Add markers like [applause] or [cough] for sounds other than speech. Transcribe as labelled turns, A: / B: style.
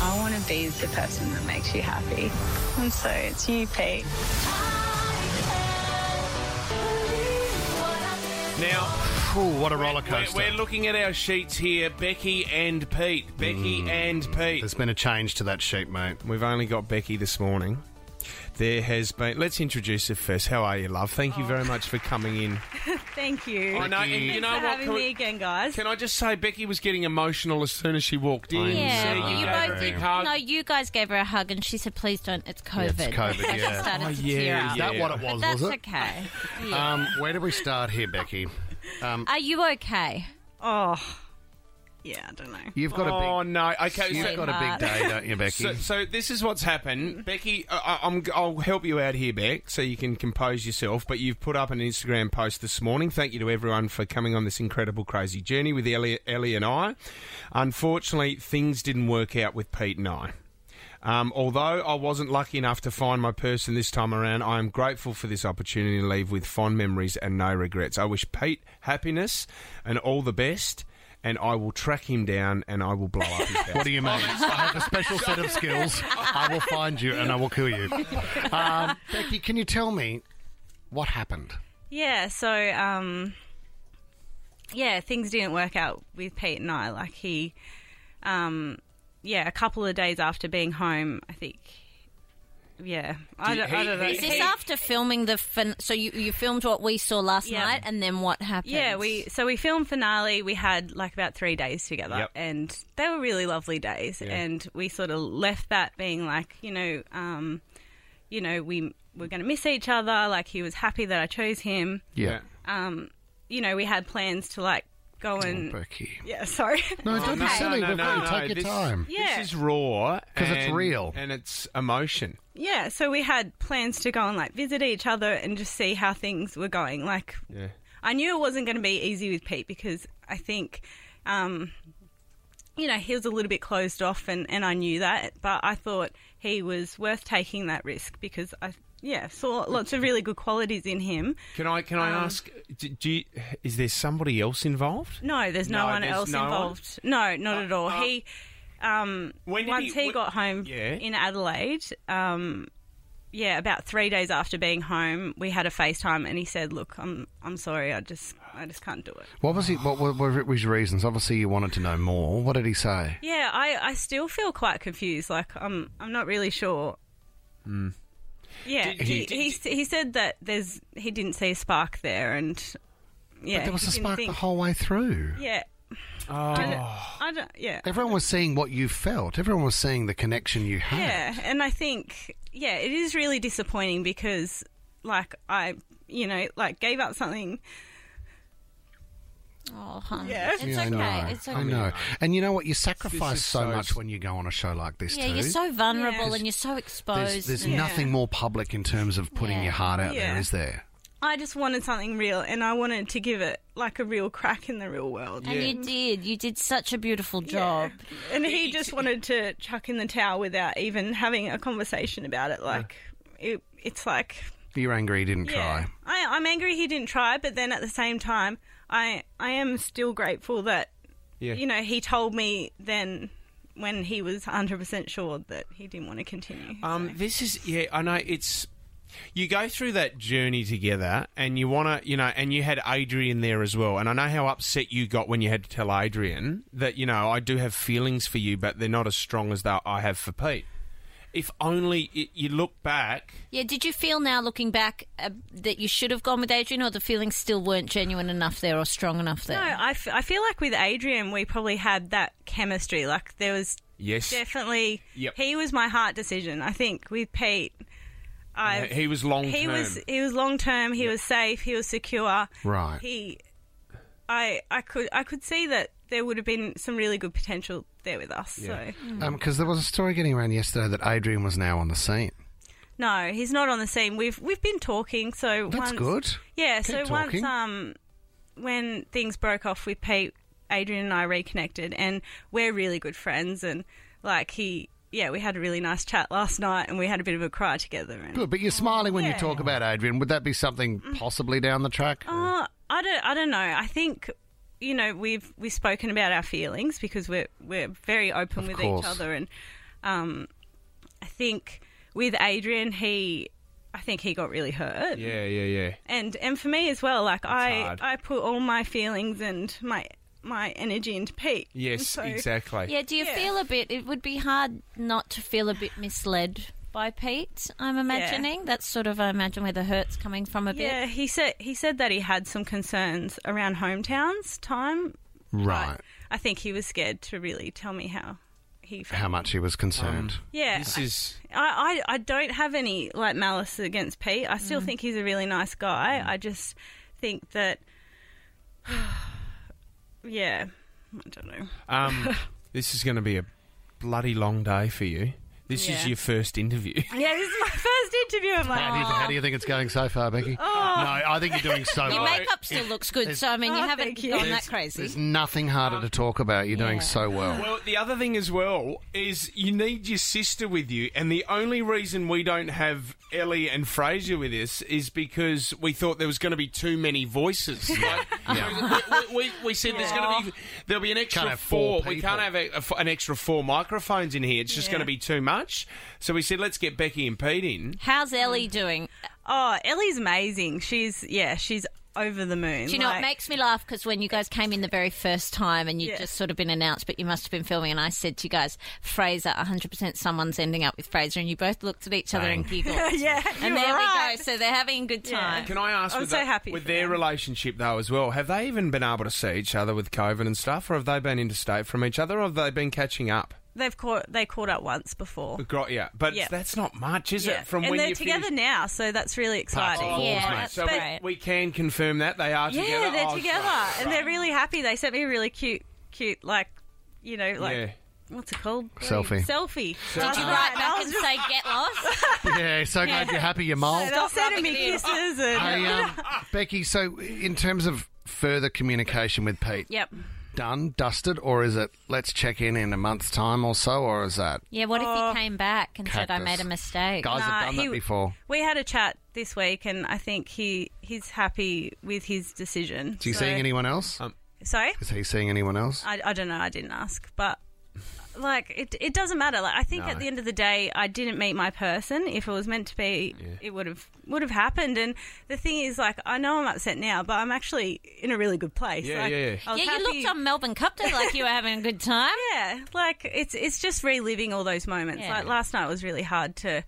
A: I want to be the person that makes you happy. And so it's you, Pete.
B: Now,
C: Ooh, what a roller
B: we're,
C: coaster.
B: we're looking at our sheets here Becky and Pete. Becky and Pete.
C: There's been a change to that sheet, mate.
B: Mm. We've only got Becky this morning. There has been. Let's introduce her first. How are you, love?
D: Oh.
B: Thank you very much for coming in.
D: Thank you.
B: I know. and
C: Becky.
B: you
D: Thanks
B: know
D: for
B: what?
D: having
B: Can we-
D: me again, guys.
B: Can I just say, Becky was getting emotional as soon as she walked in.
C: I
D: yeah,
B: So
C: know.
D: but
B: you
D: you
B: gave her a
D: both.
B: big hug.
D: No, you guys gave her a hug, and she said, "Please don't. It's
C: it's
D: COVID."
C: COVID,
D: [laughs] I
C: yeah.
D: just started
B: Oh,
D: to
B: yeah,
D: tear up.
C: Is that
B: Yeah.
C: what it was,
D: That's
C: was it?
D: okay.
C: Um, where do we start here, Becky? Um,
D: Are you okay?
A: Oh, yeah, I don't know.
C: you've got
B: oh
C: a
B: no. Okay.
C: big,
B: so-
C: you've got a big day, don't you, Becky?
B: So, so this is what's happened, Becky. I, I- I'm, I'll help you out here, Beck, so you can compose yourself. But you've put up an Instagram post this morning. Thank you to everyone for coming on this incredible, crazy journey with Ellie, Ellie and I. Unfortunately, things didn't work out with Pete and I. Um, although I wasn't lucky enough to find my person this time around, I am grateful for this opportunity to leave with fond memories and no regrets. I wish Pete happiness and all the best, and I will track him down and I will blow up his house.
C: What do
B: [laughs]
C: you mean? I have a special set of skills. I will find you and I will kill you. Um, Becky, can you tell me what happened?
A: Yeah, so um, yeah, things didn't work out with Pete and I. Like he, um, yeah, a couple of days after being home, I think. Yeah, I
B: Do you-
A: don't, I
B: he-
A: don't know.
B: he-
D: Is this
A: He-
D: after filming the fin- so you you filmed what we saw last
A: Yeah.
D: night, and then what happened?
A: Yeah, we so we filmed finale. We had like about three days together,
B: Yep.
A: and they were really lovely days. And we sort of left that being like, you know, um, you know, we we're going to miss each other. Like he was happy that I chose him.
C: Yeah.
A: Um, you know, we had plans to like go and
C: Becky.
A: yeah, [laughs] sorry.
C: No, don't be
B: no,
C: silly.
B: no,
C: We've
B: no,
C: got
B: no,
C: to take your
B: this-
C: time.
A: Yeah.
B: This is raw
C: 'Cause it's
B: and-
C: real.
B: and it's emotion.
A: yeah, so we had plans to go and like visit each other and just see how things were going. Like
B: Yeah.
A: I knew it wasn't going to be easy with Pete because I think, um, you know, he was a little bit closed off, and, and I knew that. But I thought he was worth taking that risk because I, yeah, saw lots of really good qualities in him.
B: Can I can
A: Um,
B: I ask? Do, do you, is there somebody else involved?
A: No, there's no,
B: No,
A: one
B: there's
A: else
B: no one?
A: involved. No, not at all.
B: uh,
A: he, um,
B: When did
A: once
B: he-
A: he,
B: wh-
A: got home
B: Yeah.
A: in Adelaide, um, yeah, about three days after being home, we had a FaceTime, and he said, "Look, I'm I'm sorry, I just I just can't do it."
C: What was it? What were, were his reasons? Obviously, you wanted to know more. What did he say?
A: Yeah, I, I still feel quite confused. Like I'm I'm not really sure.
C: Hmm.
A: Yeah,
B: Did-
A: he,
B: did-
A: he s- he said that there's he didn't see a spark there, and yeah,
C: But there was
A: he
C: a
A: didn't
C: spark the
A: think-
C: whole way through.
A: Yeah, I don't,
B: Oh,
A: I don't- yeah,
C: Everyone was seeing what you felt. Everyone was seeing the connection you had.
A: yeah, and I think yeah, it is really disappointing because like I you know like gave up something.
D: Oh, honey.
A: Yeah.
D: It's
C: Yeah, I
D: okay.
C: know.
D: It's okay.
C: I know. And you know what? You
B: This
C: sacrifice
B: is
C: so,
B: so-
C: much when you go on a show like this,
D: Yeah,
C: too.
D: you're so vulnerable
A: Yeah.
D: and you're so
C: there's
D: exposed.
C: there's
A: Yeah.
C: nothing more public in terms of putting
D: Yeah.
C: your heart out there,
A: Yeah.
C: is there?
A: I just wanted something real, and I wanted to give it like a real crack in the real world.
D: and you did. You did such a beautiful job.
A: And he just wanted to chuck in the towel without even having a conversation about it. Like, it, it's like,
C: You're angry you didn't
A: yeah.
C: try.
A: I, I'm angry he didn't try, but then at the same time, I, I am still grateful that,
B: yeah.
A: you know, he told me then when he was 100% sure that he didn't want to continue.
B: Um, this is yeah. I know it's. You go through that journey together, and you want to, you know, and you had Adrian there as well. And I know how upset you got when you had to tell Adrian that, you know, I do have feelings for you, but they're not as strong as that I have for Pete. If only y you look back,
D: Yeah, did you feel now looking back uh, that you should have gone with Adrian or the feelings still weren't genuine enough there or strong enough there?
A: no, I, f- I feel like with Adrian, we probably had that chemistry. Like, there was
B: yes,
A: definitely,
B: Yep.
A: he was my heart decision. I think with Pete, I.
B: he was long term.
A: he was he was long term. He was safe. He was secure.
C: Right.
A: He, I I could I could see that there would have been some really good potential there with us. So
D: Mm.
C: Because Um, there was a story getting around yesterday that Adrian was now on the scene.
A: no, he's not on the scene. We've we've been talking. So once,
C: That's good.
A: Yeah. so
C: Keep
A: once
C: talking.
A: um, when things broke off with Pete, Adrian and I reconnected, and we're really good friends. And like he, yeah, we had a really nice chat last night, and we had a bit of a cry together. And
C: Good, but you're smiling when you talk about Adrian. Would that be something
D: Mm.
C: possibly down the track?
A: Uh, I don't. I don't know. I think you know we've we've spoken about our feelings because we're we're very open
C: Of
A: with
C: course.
A: each other, and um, I think with Adrian, he, I think he got really hurt,
B: Yeah, yeah, yeah.
A: and and for me as well. Like I
B: hard.
A: I put all my feelings and my my energy into Pete.
B: Yes,
A: So-
B: exactly.
D: Yeah, do you feel a bit? It would be hard not to feel a bit misled by Pete, I'm imagining. That's sort of, I imagine, where the hurt's coming from a bit.
A: Yeah, he said he said that he had some concerns around hometowns time. but
C: right.
A: I think he was scared to really tell me how he felt.
C: How much he was concerned.
A: yeah.
B: This is
A: I, I, I don't have any like malice against Pete. I
C: Mm.
A: still think he's a really nice guy. I just think that, [sighs] yeah, I don't know. [laughs]
B: um, this is going to be a bloody long day for you. This is
A: Yeah.
B: your first
A: [laughs]
B: interview.
A: Yeah, this is my first interview. I'm
D: Um,
C: How, do you,
A: like,
C: how do you think it's going so far, Becky?
D: Oh.
C: No, I think you're doing so
D: Your
C: well.
D: makeup still looks good, so I mean, you
A: Oh,
D: haven't
A: thank you.
D: gone that
C: There's-
D: crazy.
C: There's nothing harder to talk about. You're doing
D: Yeah.
C: so well. [laughs]
D: [laughs]
B: Well, the other thing as well is you need your sister with you, and the only reason we don't have Ellie and Fraser with us is because we thought there was going to be too
A: [laughs]
B: many voices. Like, we, we, we- we said there's going to be there'll be an extra
C: Can't have four
B: We
C: people.
B: can't have a, a f an extra four microphones in here. It's just
A: Yeah.
B: going to be too much. So we said let's get Becky and Pete in.
D: How's
A: Mm.
D: Ellie doing?
A: oh, Ellie's amazing. She's yeah, she's over the moon.
D: Do you know,
A: like,
D: it makes me laugh because when you guys came in the very first time and you'd
A: Yeah.
D: just sort of been announced, but you must have been filming, and I said to you guys, Fraser, 100% someone's ending up with Fraser, and you both looked at each other and giggled.
A: yeah,
D: And
A: [laughs] you're
D: there
A: right.
D: we go. So they're having a good time.
B: Can I ask?
A: I'm
B: with
A: so
B: the-
A: happy
B: with
A: for
B: their
A: them.
B: relationship though as well. Have they even been able to see each other with COVID and stuff, or have they been interstate from each other, or have they been catching up?
A: They've caught they caught up once before.
B: Got yeah, but
A: Yeah.
B: that's not much, is
A: Yeah,
B: it? From
A: and
B: when
A: they're
B: you
A: together
B: finished-
A: now, so that's really exciting.
B: Oh,
D: Yeah,
B: mate.
D: that's
B: so
D: great.
B: we, we can confirm that they are
A: Yeah,
B: together.
A: they're
B: Oh,
A: together,
B: right,
A: and
B: right.
A: they're really happy. They sent me a really cute, cute like, you know, like
B: Yeah.
A: what's it called?
C: Selfie.
A: Selfie.
D: Did you write back and say, get lost?
C: yeah, so glad you're happy you're mild.
A: They're sending me
D: rubbing it in.
A: kisses and
D: [laughs]
C: Hey, um, Becky, so in terms of further communication with Pete,
A: yep.
C: done, dusted, or is it let's check in in a month's time or so, or is that
D: Yeah, what if he came back and said, I
C: Cactus.
D: made a mistake?
C: guys have
A: Nah,
C: done
A: he-
C: that before?
A: We had a chat this week, and I think he he's happy with his decision.
C: Is he
A: so,
C: seeing anyone else?
A: Sorry,
C: Is he seeing anyone else?
D: Uh,
A: I, I don't know. I didn't ask, but. Like it, it doesn't matter. Like I think at the end of the day, I didn't meet my person. If it was meant to be, it would have would have happened. And the thing is, like I know I'm upset now, but I'm actually in a really good place.
B: Yeah,
A: like,
B: yeah, yeah.
A: I was
D: yeah, you
A: happy-
D: looked on Melbourne Cup Day like you were having a good [laughs] time.
A: Yeah, like it's it's just reliving all those moments.
D: Yeah.
A: Like last night was really hard to